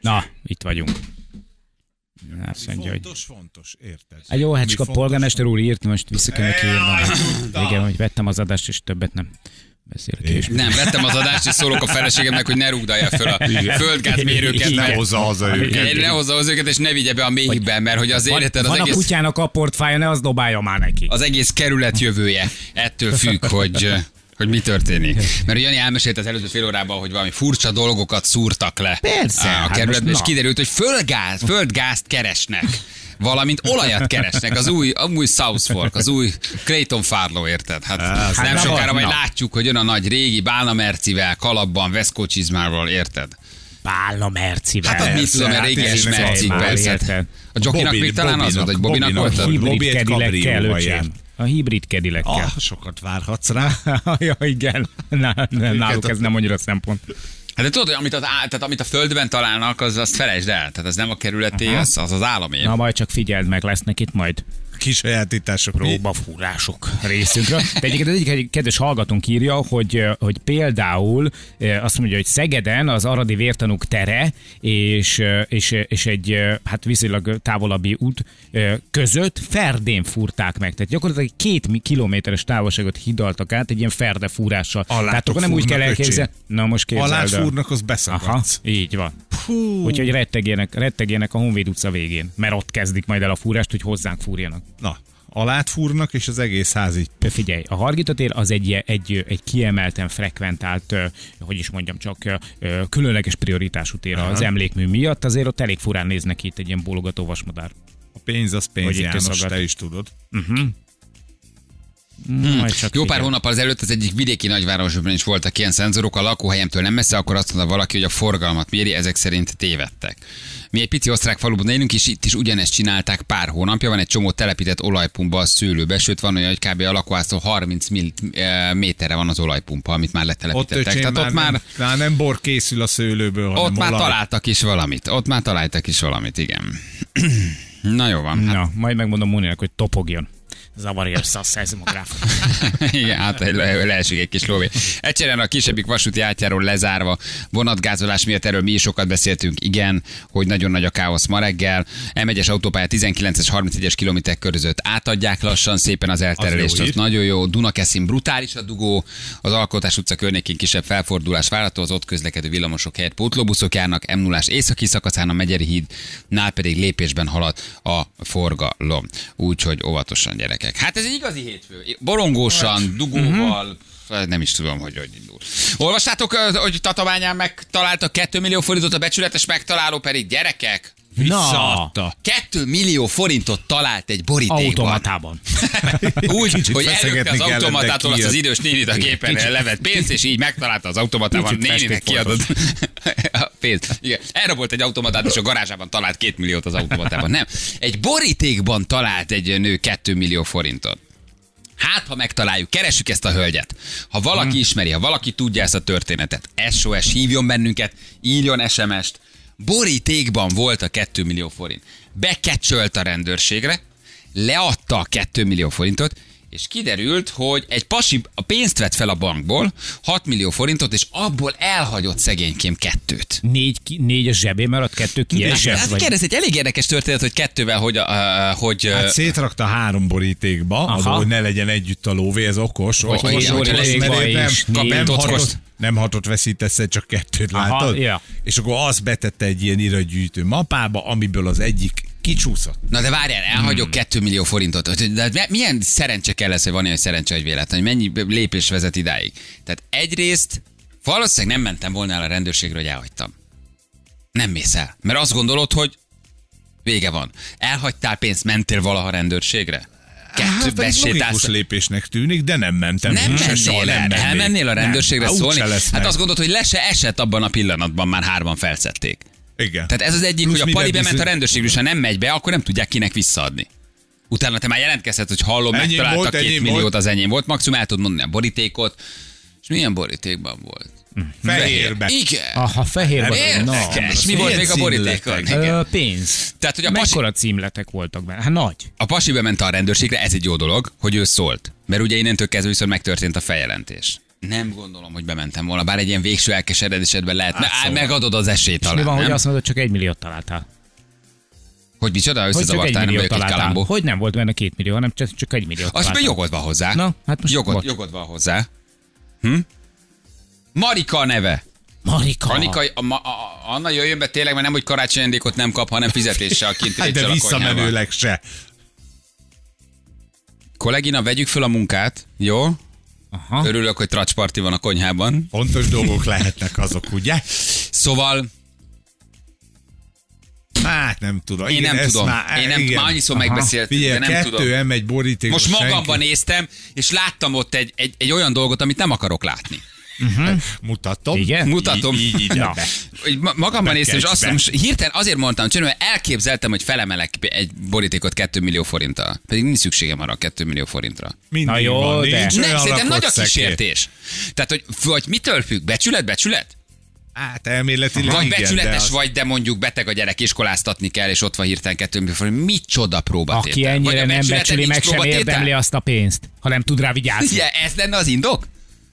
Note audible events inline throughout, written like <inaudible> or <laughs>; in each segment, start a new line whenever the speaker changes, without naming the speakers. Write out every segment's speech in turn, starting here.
Na, itt vagyunk. Azt
Mi
mondja, hogy...
fontos, fontos, érted?
Egy jó
Mi
hecska
fontos-
polgármester úr írt, most vissza kell neki
Jaj,
írnom.
tudtam.
Igen, hogy vettem az adást, és többet nem beszélek. És
Nem, vettem az adást, és szólok a feleségemnek, hogy ne rúgdalja föl a földgázmérőket.
Igen.
mert-
Ne hozza haza őket.
Ne hozza az őket, és ne vigye be a mélyben, mert hogy az
Van,
életed az
van a
egész...
kutyának a portfája, ne az dobálja már neki.
az egész kerület jövője ettől függ, hogy eh, hogy mi történik. Mert Jani elmesélt az előző fél órában, hogy valami furcsa dolgokat szúrtak le
Persze,
a
hát
kerületben,
most
és
na.
kiderült, hogy földgáz, földgázt keresnek valamint olajat keresnek, az új, az új South Fork, az új Clayton Farlow, érted? Hát,
hát
nem
na
sokára
vagy,
majd
na.
látjuk, hogy jön a nagy régi Bálna Mercivel, kalapban, Veszkó csizmával, érted?
Bálna mercivel.
Hát az mit tudom, a
hát
régies
ez egy
Merci, Hát
már,
persze.
érted.
A Jokinak
Bobin-
még talán az volt, hogy Bobinak
Bobinak
volt?
A
volt. Lobby
hibrid
egy
kedilekkel,
kabrióval
öcsém. A hibrid kedilekkel.
Ah, sokat várhatsz rá. <laughs>
ja, igen. Na, nem, náluk ez nem annyira szempont.
Hát de tudod, hogy amit, az, á- tehát amit a földben találnak, az azt felejtsd el. Tehát ez nem a kerületé, az, az az állami.
Na, majd csak figyeld meg, lesznek itt majd
Kisajátítások.
próbafúrások részünkről. De egyébként az egyik egy kedves hallgatónk írja, hogy, hogy például eh, azt mondja, hogy Szegeden az aradi vértanúk tere és, eh, és, és egy eh, hát viszonylag távolabbi út eh, között ferdén fúrták meg. Tehát gyakorlatilag két mi- kilométeres távolságot hidaltak át egy ilyen ferdefúrással.
Alátok
Tehát akkor nem úgy kell
fúrnak,
elképzelni. Na most képzeld
Alá
el.
fúrnak, az
Aha,
beszakadsz.
így van. Úgyhogy rettegjenek, rettegjenek a Honvéd utca végén, mert ott kezdik majd el a fúrást, hogy hozzánk fúrjanak.
Na, alát fúrnak, és az egész ház így.
Figyelj, a Hargitatér az egy, egy, egy kiemelten frekventált, ö, hogy is mondjam, csak ö, ö, különleges prioritású tér az emlékmű miatt, azért ott elég furán néznek ki itt egy ilyen bólogató vasmadár.
A pénz az pénz,
Hogy itt
János,
összagad.
te is tudod.
Majd csak
Hm, Jó pár
figyelj.
hónappal ezelőtt az egyik vidéki nagyvárosban is voltak ilyen szenzorok, a lakóhelyemtől nem messze, akkor azt mondta valaki, hogy a forgalmat méri, ezek szerint tévedtek. Mi egy pici osztrák faluban élünk, és itt is ugyanezt csinálták pár hónapja. Van egy csomó telepített olajpumpa a szőlőbe, sőt van olyan, hogy kb. a lakóháztól 30 mil- eh, méterre van az olajpumpa, amit már
Ott,
letelepítettek.
öcsém,
Tehát ott már,
nem, már nem bor készül a szőlőből,
ott
hanem
már
olaj.
találtak is valamit. Ott már találtak is valamit, igen. <clears throat> Na jó van. Hát
Na, majd megmondom Muninak, hogy topogjon. Zavarja össze a szezmográfot.
<laughs> Igen, hát egy- le- leesik egy kis lóvé. Egyszerűen a kisebbik vasúti átjáról lezárva, vonatgázolás miatt erről mi is sokat beszéltünk, igen, hogy nagyon nagy a káosz ma reggel. M1-es autópálya 19-es, 31-es kilométer között átadják lassan szépen az elterelést, az,
hír.
az nagyon jó. Dunakeszin brutális a dugó, az Alkotás utca környékén kisebb felfordulás várható, az ott közlekedő villamosok helyett pótlóbuszok járnak, m 0 északi szakaszán a Megyeri hídnál pedig lépésben halad a forgalom. Úgyhogy óvatosan gyerekek. Hát ez egy igazi hétfő. Borongósan, dugóval, Hát nem is tudom, hogy hogy indul. Olvastátok, ö, hogy Tatabányán megtalálta 2 millió forintot, a becsületes megtaláló pedig gyerekek?
Visszaadta.
2 millió forintot talált egy borítékban.
<laughs> Automatában.
<laughs> Úgy,
Kicsit
hogy előtte
feszegetni
az
kellett, de
automatától azt az
kijött.
idős nénit a gépen levett pénzt, és így megtalálta az automatában.
Kicsit
Néninek kiadott
festékfoltos.
<laughs> a pénzt. Igen. Elrabolt egy automatát, és a garázsában talált két milliót az automatában. Nem. Egy borítékban talált egy nő kettő millió forintot. Hát, ha megtaláljuk, keressük ezt a hölgyet. Ha valaki ismeri, ha valaki tudja ezt a történetet, SOS hívjon bennünket, írjon SMS-t. Borítékban volt a 2 millió forint. Bekecsölt a rendőrségre, leadta a 2 millió forintot, és kiderült, hogy egy pasi a pénzt vett fel a bankból, 6 millió forintot, és abból elhagyott szegénykém kettőt.
Négy, ki- négy a zsebé maradt, kettő kiesett.
Hát
vagy-
kérdez, egy elég érdekes történet, hogy kettővel, hogy, uh, hogy ö,
Hát szétrakta három borítékba, az,
Aha.
hogy ne legyen együtt a lóvé, ez okos. okos,
hogy
okos,
borítékba
mert nem,
is
nem,
négy.
hatot, nem hatot veszítesz, el, csak kettőt
Aha,
látod.
ja.
És akkor azt betette egy ilyen iratgyűjtő mapába, amiből az egyik kicsúszott.
Na de várjál, elhagyok hmm. 2 millió forintot. De mi- milyen szerencse kell lesz, hogy van ilyen szerencse, hogy véletlen, hogy mennyi lépés vezet idáig. Tehát egyrészt valószínűleg nem mentem volna el a rendőrségre, hogy elhagytam. Nem mész el. Mert azt gondolod, hogy vége van. Elhagytál pénzt, mentél valaha rendőrségre?
Hát
Kettő
ez logikus
besétálsz.
lépésnek tűnik, de nem mentem.
Nem
Se soha
mennél el,
mennék.
elmennél a rendőrségre
Nem, hát
szólni.
úgyse lesz
Hát
meg.
azt gondolod, hogy le se esett abban a pillanatban, már hárman felszették.
Igen.
Tehát e- ez az egyik,
Plusz
hogy a
mivel
pali bement a
bizony-
rendőrségre, és ha nem megy be, akkor nem tudják kinek visszaadni. Utána te már jelentkezted, hogy hallom,
Enyém
megtalálta
volt,
két
enyém
milliót,
volt.
az enyém volt, maximum el tudod mondani a borítékot. És milyen borítékban volt?
Fehérbe.
Igen.
Aha, fehér vagy.
Érdekes. Mi volt
Milyen
még a borítékon?
címletek?
Igen.
Ö, pénz.
Tehát, hogy a pasi-
Mekkora címletek voltak benne? Hát nagy.
A pasi bement a rendőrségre, ez egy jó dolog, hogy ő szólt. Mert ugye innentől kezdve viszont megtörtént a feljelentés. Nem gondolom, hogy bementem volna, bár egy ilyen végső elkeseredésedben lehet. Hát,
szóval.
Megadod az esélyt
És mi
talán,
van, hogy
nem?
azt mondod, csak egy milliót találtál?
Hogy micsoda,
Hogy csak egy
összezavartál, nem
milliót
vagyok egy
találtál?
kalambó.
Hogy nem volt benne két millió, hanem csak, csak egy milliót
Azt mondja,
találtál.
jogod van hozzá.
Na, hát most
jogod,
volt.
jogod van hozzá. Hm? Marika a neve.
Marika.
Anika, a, a, a, Anna jöjjön be tényleg, mert nem, hogy karácsonyi ajándékot nem kap, hanem
<laughs>
fizetéssel kint
Hát de
egyszerűen a konyhában.
visszamenőleg se.
Kollégina, vegyük föl a munkát, jó?
Aha.
Örülök, hogy tracsparti van a konyhában.
Fontos dolgok lehetnek azok, ugye?
Szóval
Hát nem tudom.
én nem
ezt
tudom. Én nem,
igen.
már annyiszor
Aha.
megbeszéltük, de
Figyelj,
nem
kettő
tudom.
M1 boríték.
Most magamban néztem, és láttam ott egy, egy, egy olyan dolgot, amit nem akarok látni.
Mutatom.
Igen?
Mutatom.
Így, így, így
Na.
be.
Hogy ma- magamban néztem, és azt
Bekezdve.
most hirtelen azért mondtam, hogy mert elképzeltem, hogy felemelek egy borítékot 2 millió forinttal. Pedig nincs szükségem arra a 2 millió forintra.
Mindig
Na jó,
van,
de-
nincs
Nem,
olyan
szerintem nagy a
lakott szekér.
kísértés. Tehát, hogy vagy mitől függ? Becsület, becsület?
Hát elméletileg
Vagy
igen,
becsületes
de az-
vagy, de mondjuk beteg a gyerek, iskoláztatni kell, és ott van hirtelen kettő millió forint. Micsoda próbatétel?
Aki
Vagy
ennyire
a
nem
becsületen
becsüli,
nincs
meg sem
próbatétel?
érdemli azt a pénzt, ha nem tud rá vigyázni.
Ugye, ez lenne az indok?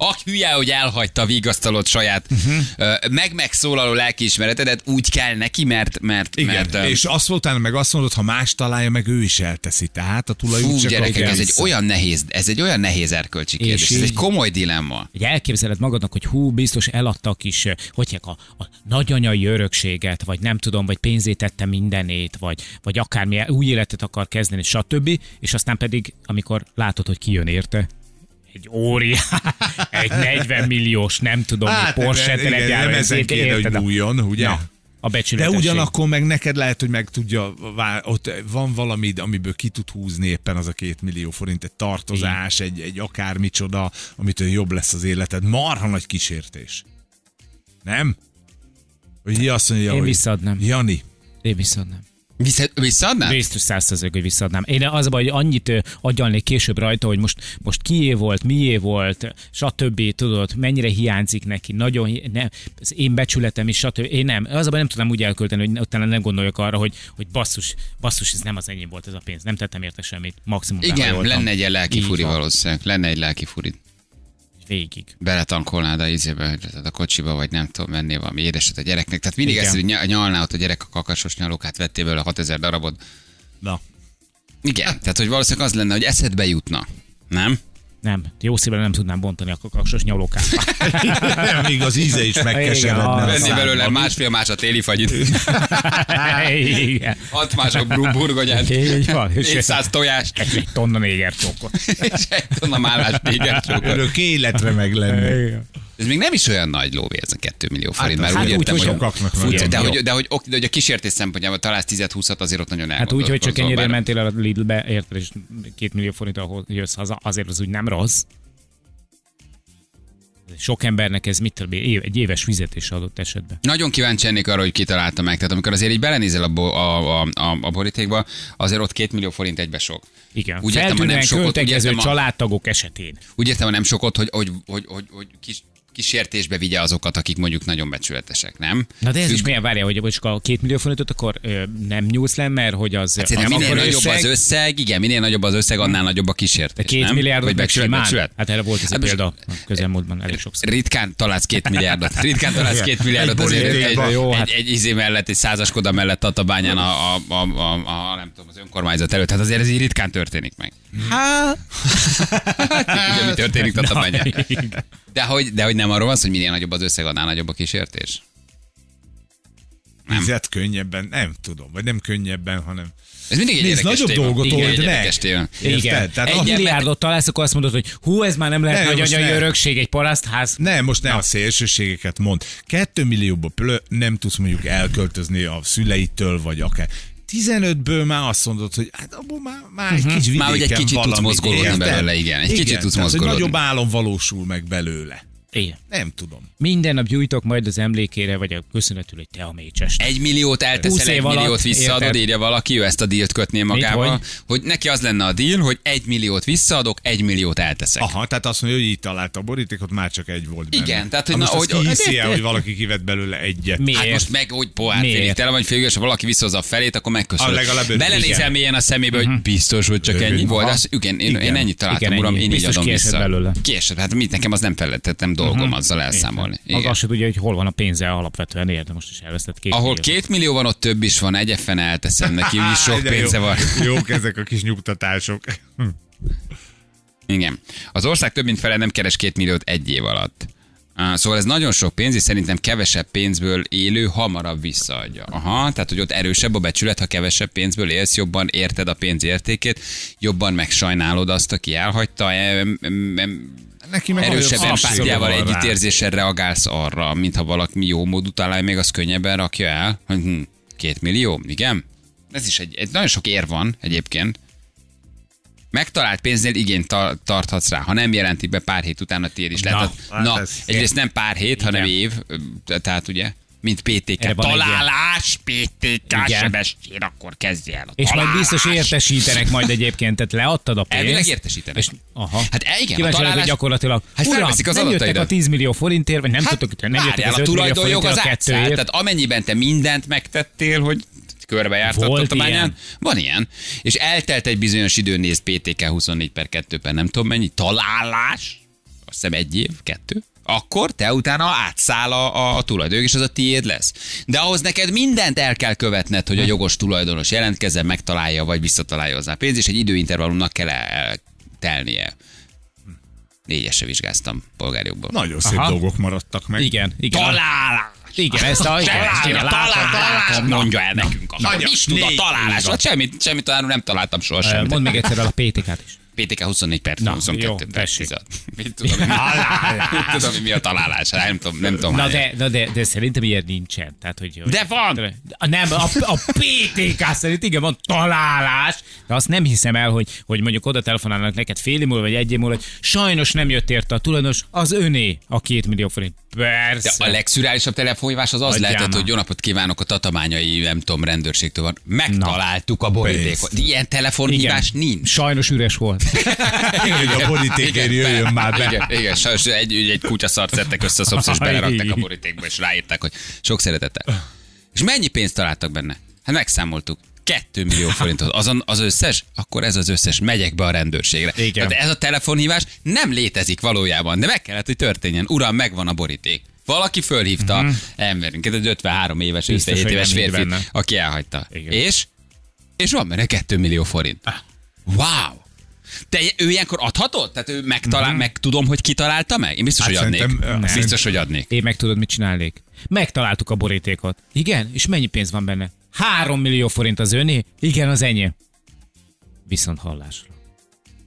Ak hülye, hogy elhagyta a vigasztalót saját
Mhm.
uh-huh. meg megszólaló lelkiismeretedet, úgy kell neki, mert... mert
Igen,
mert, ö,
és azt utána meg azt mondod, ha más találja, meg ő is elteszi. Tehát a tulajút
Fú,
csak
gyerekek,
akkor
ez egy
vissza.
olyan nehéz, ez egy olyan nehéz erkölcsi kérdés,
És
ez egy
így-
komoly dilemma.
Ugye elképzeled magadnak, hogy hú, biztos eladta a kis, eh, hogy hívják, a, a nagyanyai örökséget, vagy nem tudom, vagy pénzét tette mindenét, vagy, vagy akármi új életet akar kezdeni, stb. És aztán pedig, amikor látod, hogy kijön érte, egy óriás, <laughs> egy 40 milliós, nem tudom,
Hát,
hát, Porsche
igen,
terepjáró,
nem ezen
ezért
kéne, hogy
érted a-
múljon, ugye?
Na, a
De
becsületesség.
ugyanakkor meg neked lehet, hogy meg tudja, vá- ott van valami, amiből ki tud húzni éppen az a két millió forint, egy tartozás, egy, egy akármicsoda, amitől jobb lesz az életed. Marha nagy kísértés. Nem? Hogy így azt mondja,
Én
hogy
visszaadnám.
Jani,
Én viszont nem.
Vissza, visszaadnád?
Biztos százszerzők, hogy visszaadnám. Én az a baj, hogy annyit ö, agyalnék később rajta, hogy most, most kié volt, mié volt, stb. Tudod, mennyire hiányzik neki, nagyon, hi- nem, az én becsületem is, stb. Én nem, az a baj, nem tudnám úgy elkölteni, hogy utána nem gondoljak arra, hogy, hogy basszus, basszus, ez nem az enyém volt ez a pénz, nem tettem érte semmit, maximum
Igen,
elhajoltam.
lenne egy ilyen lelki
Így
furi
van,
valószínűleg, lenne egy lelki furi.
Végig.
Beletankolnád a izébe, hogy tehát a kocsiba, vagy nem tudom, mennél valami édeset a gyereknek. Tehát mindig
Igen.
ezt, hogy ny- nyalná ott a gyerek a kakasos nyalókát, vettél belőle 6000 darabot.
na, <laughs>
Igen, tehát hogy valószínűleg az lenne, hogy eszedbe jutna. Nem?
Nem, jó szívvel nem tudnám bontani a kakaksos nyalókát. <laughs>
még az íze is
Igen,
megkeseredne. a
az-
Venni
Aztán
belőle másfél más a téli
<laughs>
fagyit,
Igen.
hat más a bru- burgonyát,
Így van. És
400
<laughs>
tojást,
egy tonna négercsókot.
és egy tonna málás négyet
<laughs> Örök életre meg lenni.
Igen.
Ez még nem is olyan nagy lóvé ez a 2 millió forint,
Hát,
mert
hát
úgy
úgy,
értem,
hogy
hogy...
sokaknak
Fú,
nagyon
de,
jó.
hogy, de, hogy, ok- de hogy a kísértés szempontjából találsz 10-20-at, azért ott nagyon
Hát
elgondolkozol.
úgy, hogy csak ennyire
bár-
mentél el a Lidlbe, érted, és két millió forint, ahol jössz haza, azért az úgy nem rossz. Sok embernek ez mit tudom, én, év- egy éves fizetés adott esetben.
Nagyon kíváncsi lennék arra, hogy kitalálta meg. Tehát amikor azért így belenézel a, bo- a, a, a, a borítékba, azért ott két millió forint egybe sok.
Igen.
Úgy értem, ha nem
Feltűnően
sokot, úgy
költekező
értem, ha-
családtagok esetén.
Úgy értem, ha nem sokot, hogy, hogy, hogy, hogy, hogy kis, kísértésbe vigye azokat, akik mondjuk nagyon becsületesek, nem?
Na de ez
Függ-
is milyen várja, hogy csak a két millió forintot, akkor ö, nem nyúlsz le, mert hogy az...
Hát szerintem
az
minél
akkor
nagyobb
összeg,
az összeg, igen, minél nagyobb az összeg, annál nagyobb a kísértés.
de két
nem?
milliárdot
Vagy
meg
becsület,
simán.
becsület.
Hát erre volt ez a
Hát most-
példa a közelmúltban elég sokszor.
Ritkán találsz két milliárdot. Ritkán találsz két milliárdot
Egy
azért egy, egy,
borítékban.
Jó,
egy,
hát.
egy izé mellett, egy százaskoda mellett Tatabányán a, a, a, a, a, nem tudom, az önkormányzat előtt. Hát azért ez így ritkán történik meg. <laughs> Hát, ugye mi történik Tatabányán. De hogy, de hogy nem arról van szó, hogy minél nagyobb az összeg, annál nagyobb a kísértés.
Fizet könnyebben, nem tudom, vagy nem könnyebben, hanem...
Ez mindig egy
Nézd,
érdekes
nagyobb
téma.
dolgot
Igen, egy
old meg.
érdekes téma.
Igen,
Érted?
tehát
Tehát
egy
az-
milliárdot találsz, akkor azt mondod, hogy hú, ez már nem lehet
Ne, most
nagyanyai
ne.
örökség, egy parasztház.
Nem, most ne a szélsőségeket mond. Kettő millióba plö, nem tudsz mondjuk elköltözni a szüleitől, vagy akár. 15-ből már azt mondod, hogy hát abból már, már egy kis vidéken
Mhm. Már hogy egy kicsit tudsz
valamit,
mozgolódni
érted?
belőle, igen, egy kicsit tudsz
tehát, hogy
mozgolódni.
nagyobb álom valósul meg belőle.
Igen.
Nem tudom.
Minden nap gyújtok majd az emlékére, vagy a köszönetül, hogy te a mécsest.
Egy milliót
Húsz
elteszel,
év
egy
alatt,
milliót visszaadod,
érted?
írja valaki, ő ezt a dílt kötné magával,
hogy?
hogy? neki az lenne a díl, hogy egy milliót visszaadok, egy milliót elteszek.
Aha, tehát azt mondja, hogy így találta a borítékot, már csak egy volt benne.
Igen, tehát, hogy
Na,
na,
most azt
hogy-
ki hiszi
de-
el, hogy valaki kivett belőle egyet.
Miért?
Hát most meg, hogy bohát
Miért?
félig tele vagy félig, és ha valaki visszahozza a felét, akkor megköszönöm.
Ah, legalább öt.
Belenézel
Igen.
mélyen a szemébe, hogy biztos, hogy csak ennyi volt. Az, igen, én, én
Igen.
ennyit találtam,
Mhm. Igen,
uram,
ennyi.
én így
Biztos
adom
kiesett
vissza.
belőle. Mhm.
Kiesett, hát mit nekem az nem felletettem dolgom azzal elszámolni.
Az
Igen.
azt se tudja, hogy hol van a pénze alapvetően, érde most is elvesztett két
Ahol
milliót.
két millió van, ott több is van, egyefen elteszem
<laughs>
neki, úgyis sok
Hát, De jó-
pénze van.
<laughs> Jók ezek a kis nyugtatások.
Igen. Az ország több mint fele nem keres két milliót egy év alatt. Á, Szóval ez nagyon sok pénz, és szerintem kevesebb pénzből élő hamarabb visszaadja. Aha, tehát hogy ott erősebb a becsület, ha kevesebb pénzből élsz, jobban érted a pénz értékét, jobban megsajnálod azt, aki elhagyta, em, em, em,
Neki meg
erősebb
abszolút
empátiával,
van rá.
együttérzéssel reagálsz arra, mintha valaki jó módú találja, még az könnyebben rakja el, hogy hm, két millió, igen? Ez is egy, egy nagyon sok ér van egyébként. Megtalált pénznél igényt ta- tarthatsz rá. Ha nem jelentik be pár hét után, a tiéd is
Na,
lehet. Na,
hát
na
ez-
egyrészt nem pár hét, hanem év, ö, tehát ugye, mint
Erre
PTK.
van egy ilyen.
Találás, PTK,
Igen.
sebesség, akkor kezdj el. a
És majd
találás.
biztos értesítenek majd egyébként, tehát leadtad a pénzt.
Elvileg értesítenek.
És, aha.
Hát igen, a
Kíváncsi vagyok,
találás-
hogy gyakorlatilag.
Hát felveszik az
nem jöttek
adataidat. Hát
a 10 millió forintért, vagy nem tudtok, nem jöttek
várjál,
az
a
5 millió
tulajdonjog
forintért
az
a
átszállt.
kettőért.
Tehát amennyiben te mindent megtettél, hogy körbejártad
Volt
a bányán,
ilyen.
van ilyen. És eltelt egy bizonyos idő, nézd PTK 24 per 2 per nem tudom mennyi, találás, azt hiszem egy év, kettő, akkor te utána átszáll a, a, a tulajdonjog, és az a tiéd lesz. De ahhoz neked mindent el kell követned,
Hm.
hogy a jogos tulajdonos jelentkezzen, megtalálja, vagy visszatalálja hozzá a pénzt, és egy időintervallumnak kell el, el- telnie. Négyesre vizsgáztam polgárjogból.
Nagyon szép
Aha.
dolgok maradtak meg.
Igen, igen.
Találás!
Igen, ezt a... igen, ezt én látom, látom,
Találás!
mondom.
Mondja el nekünk.
Nagyon.
Nagyon. Is tud a
Négy.
találás?
Így van.
Hát semmit, semmit talán nem találtam soha
Ö,
semmit.
Mondd még egyszer el a PTK-t is.
PTK 24 perc,
Na,
22
jó,
perc.
tessék.
16.
<laughs>
Mit tudom, én- Mit tudom, hogy mi a találás? Hát Nem tudom, nem tudom.
Na
hányan.
de, na de, de szerintem ilyen nincsen. Tehát, hogy, hogy
De van!
A- Nem, a, a PTK szerint igen, van találás, de azt nem hiszem el, hogy, hogy mondjuk oda telefonálnak neked fél év múlva, vagy egy év múlva, hogy sajnos nem jött érte a tulajdonos, az öné a két millió forint.
De
Persze.
a legszürálisabb telefonhívás az az
Adjál
lehetett,
már.
hogy jó napot kívánok a tatabányai, nem tudom, rendőrségtől van. Megtaláltuk a borítékot. Ilyen telefonhívás nincs.
Sajnos üres volt.
Igen, hogy a borítékért
Igen,
jöjjön már be.
Igen, igen sajnos egy, egy kutyaszart szedtek össze a szomszéd, és belerakták a borítékba, és ráírták, hogy sok szeretettel. És mennyi pénzt találtak benne? Hát megszámoltuk. 2 millió forintot. Azon az összes? Akkor ez az összes. Megyek be a rendőrségre.
Igen.
Tehát ez a telefonhívás nem létezik valójában, de meg kellett, hogy történjen. Uram, megvan a boríték. Valaki fölhívta mm-hmm. emberünket, egy 53 éves,
Mhm. Biztos,
57
hogy
éves
nem így
férfi,
benne.
aki elhagyta.
Igen.
És? És van benne 2 millió forint. Wow! Te ő ilyenkor adhatod? Tehát ő megtalál, meg tudom, hogy kitalálta meg? Én biztos,
Hát
hogy adnék.
szerintem, ö,
Nem. Biztos, hogy adnék.
Én meg tudod, mit csinálnék? Megtaláltuk a borítékot. Igen? És mennyi pénz van benne? Három millió forint az öné? Igen, az enyém. Viszont hallásra.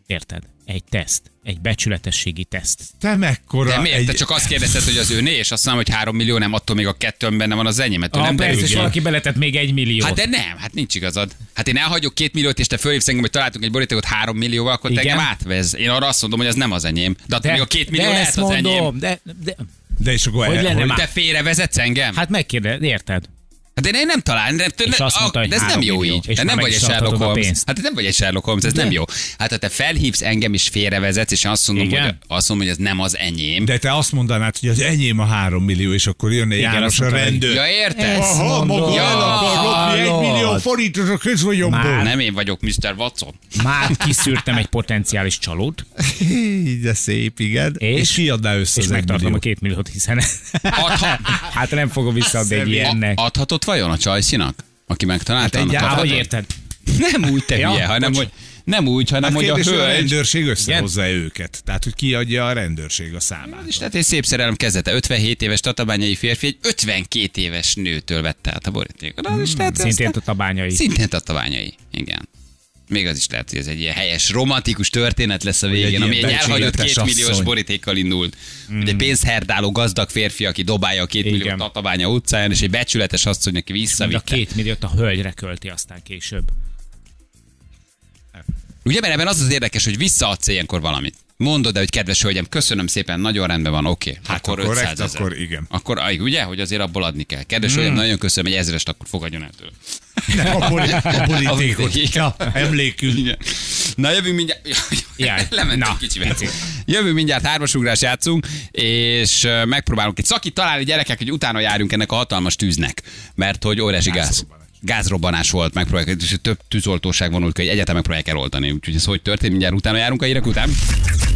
Érted? Egy teszt. Egy becsületességi teszt.
Te mekkora...
De miért?
egy-
Te csak azt kérdezted, hogy az öné, és azt mondom, hogy három millió, nem attól még a kettőn benne van az enyém, mert
Ah,
nem
persze,
derül
és
ki.
valaki beletett még egy milliót.
Hát de nem, hát nincs igazad. Hát én elhagyok két milliót, és te fölhívsz engem, hogy találtunk egy borítékot három millióval, akkor te
Igen.
engem átvez. Én arra azt mondom, hogy az nem az enyém. De attól még a két millió
de
lehet
ezt
az enyém.
mondom, de, de,
De és akkor...
Hogy
el-
lenne már?
Te félrevezetsz engem?
hát megkérdez, érted?
Hát én, én nem találom, de, de,
És azt mondta, hogy
de ez nem
három
jó
millió.
így.
És
Te
már
nem
meg
vagy egy
is adhatod
Sherlock
a
Holmes.
pénzt.
Hát te nem vagy egy Sherlock Holmes, ez nem jó. Hát ha te felhívsz engem és félrevezetsz, és azt mondom,
Igen.
hogy, azt mondom, hogy ez nem az enyém.
De te azt mondanád, hogy az enyém a három millió, és akkor jönne
Igen, azt
János a
mondta, hogy-
rendőr.
Ja, érted?
Ez- Aha, mondom. maga
el akar lopni egy
Hallod.
millió forintot a közvonyomból.
Nem én vagyok Mr. Watson.
Már kiszűrtem egy potenciális csalót,
Így, de szép, igen.
És?
És, és kiadná össze
és
az egy
megtartom a
milliót.
két milliót, hiszen
Adhat,
hát nem fogom visszaadni egy ilyennek.
a, adhatott vajon a csajszinak? Aki megtalálta?
Hát
annak
egyáltalán-
Á, hogy
adhatod?
érted?
Nem úgy te
Ja,
hülye, hanem
bocs.
hogy nem úgy, hanem
Hát
hogy a
kérdés, hogy a
hölgy
rendőrség összehozza őket. Tehát, hogy kiadja a rendőrség a számát.
És tehát egy szép szerelem kezdete. 57 éves tatabányai férfi egy 52 éves nőtől vette át a borítékot. Az is lehet,
Szintén
aztán-
a tabányai.
Szintén tatabányai, igen. Még az is lehet, hogy ez egy ilyen helyes, romantikus történet lesz a végén,
egy
ami
ilyen
egy elhagyott
becsületes
két milliós
asszony. Hmm.
borítékkal indult. Mm. Egy pénzherdáló gazdag férfi, aki dobálja a két
Igen.
millió tatabánya utcáján, és egy becsületes asszony, aki
Mind a
visszavitte.
két milliót a hölgyre költi aztán később.
Ugye, mert ebben az az érdekes, hogy visszaadsz ilyenkor valamit. Mondod, de hogy kedves hölgyem, köszönöm szépen, nagyon rendben van, oké. Okay. Hát akkor
akkor
500
korrekt,
ezer.
akkor
<laughs>
Hmm. igen.
Akkor aj, ugye, hogy azért abból adni kell. Kedves hölgyem, nagyon köszönöm, egy ezerest akkor fogadjon el tőle.
Nem, a, poli, a
Amit-
politikot. Ja, emlékünk.
Igen. Na, jövünk mindjárt. <laughs>
Jaj,
Lementünk
na,
kicsivel.
picit.
Jövünk mindjárt hármasugrás játszunk, és ö, megpróbálunk egy szakít találni gyerekek, hogy utána járjunk ennek a hatalmas tűznek. Mert hogy óriási gáz.
Gázrobbanás.
Gázrobbanás volt, megpróbáljuk, és több tűzoltóság vonult ki, hogy egyetemek próbálják eloltani. Úgyhogy ez hogy történt, mindjárt utána járunk a hírek után.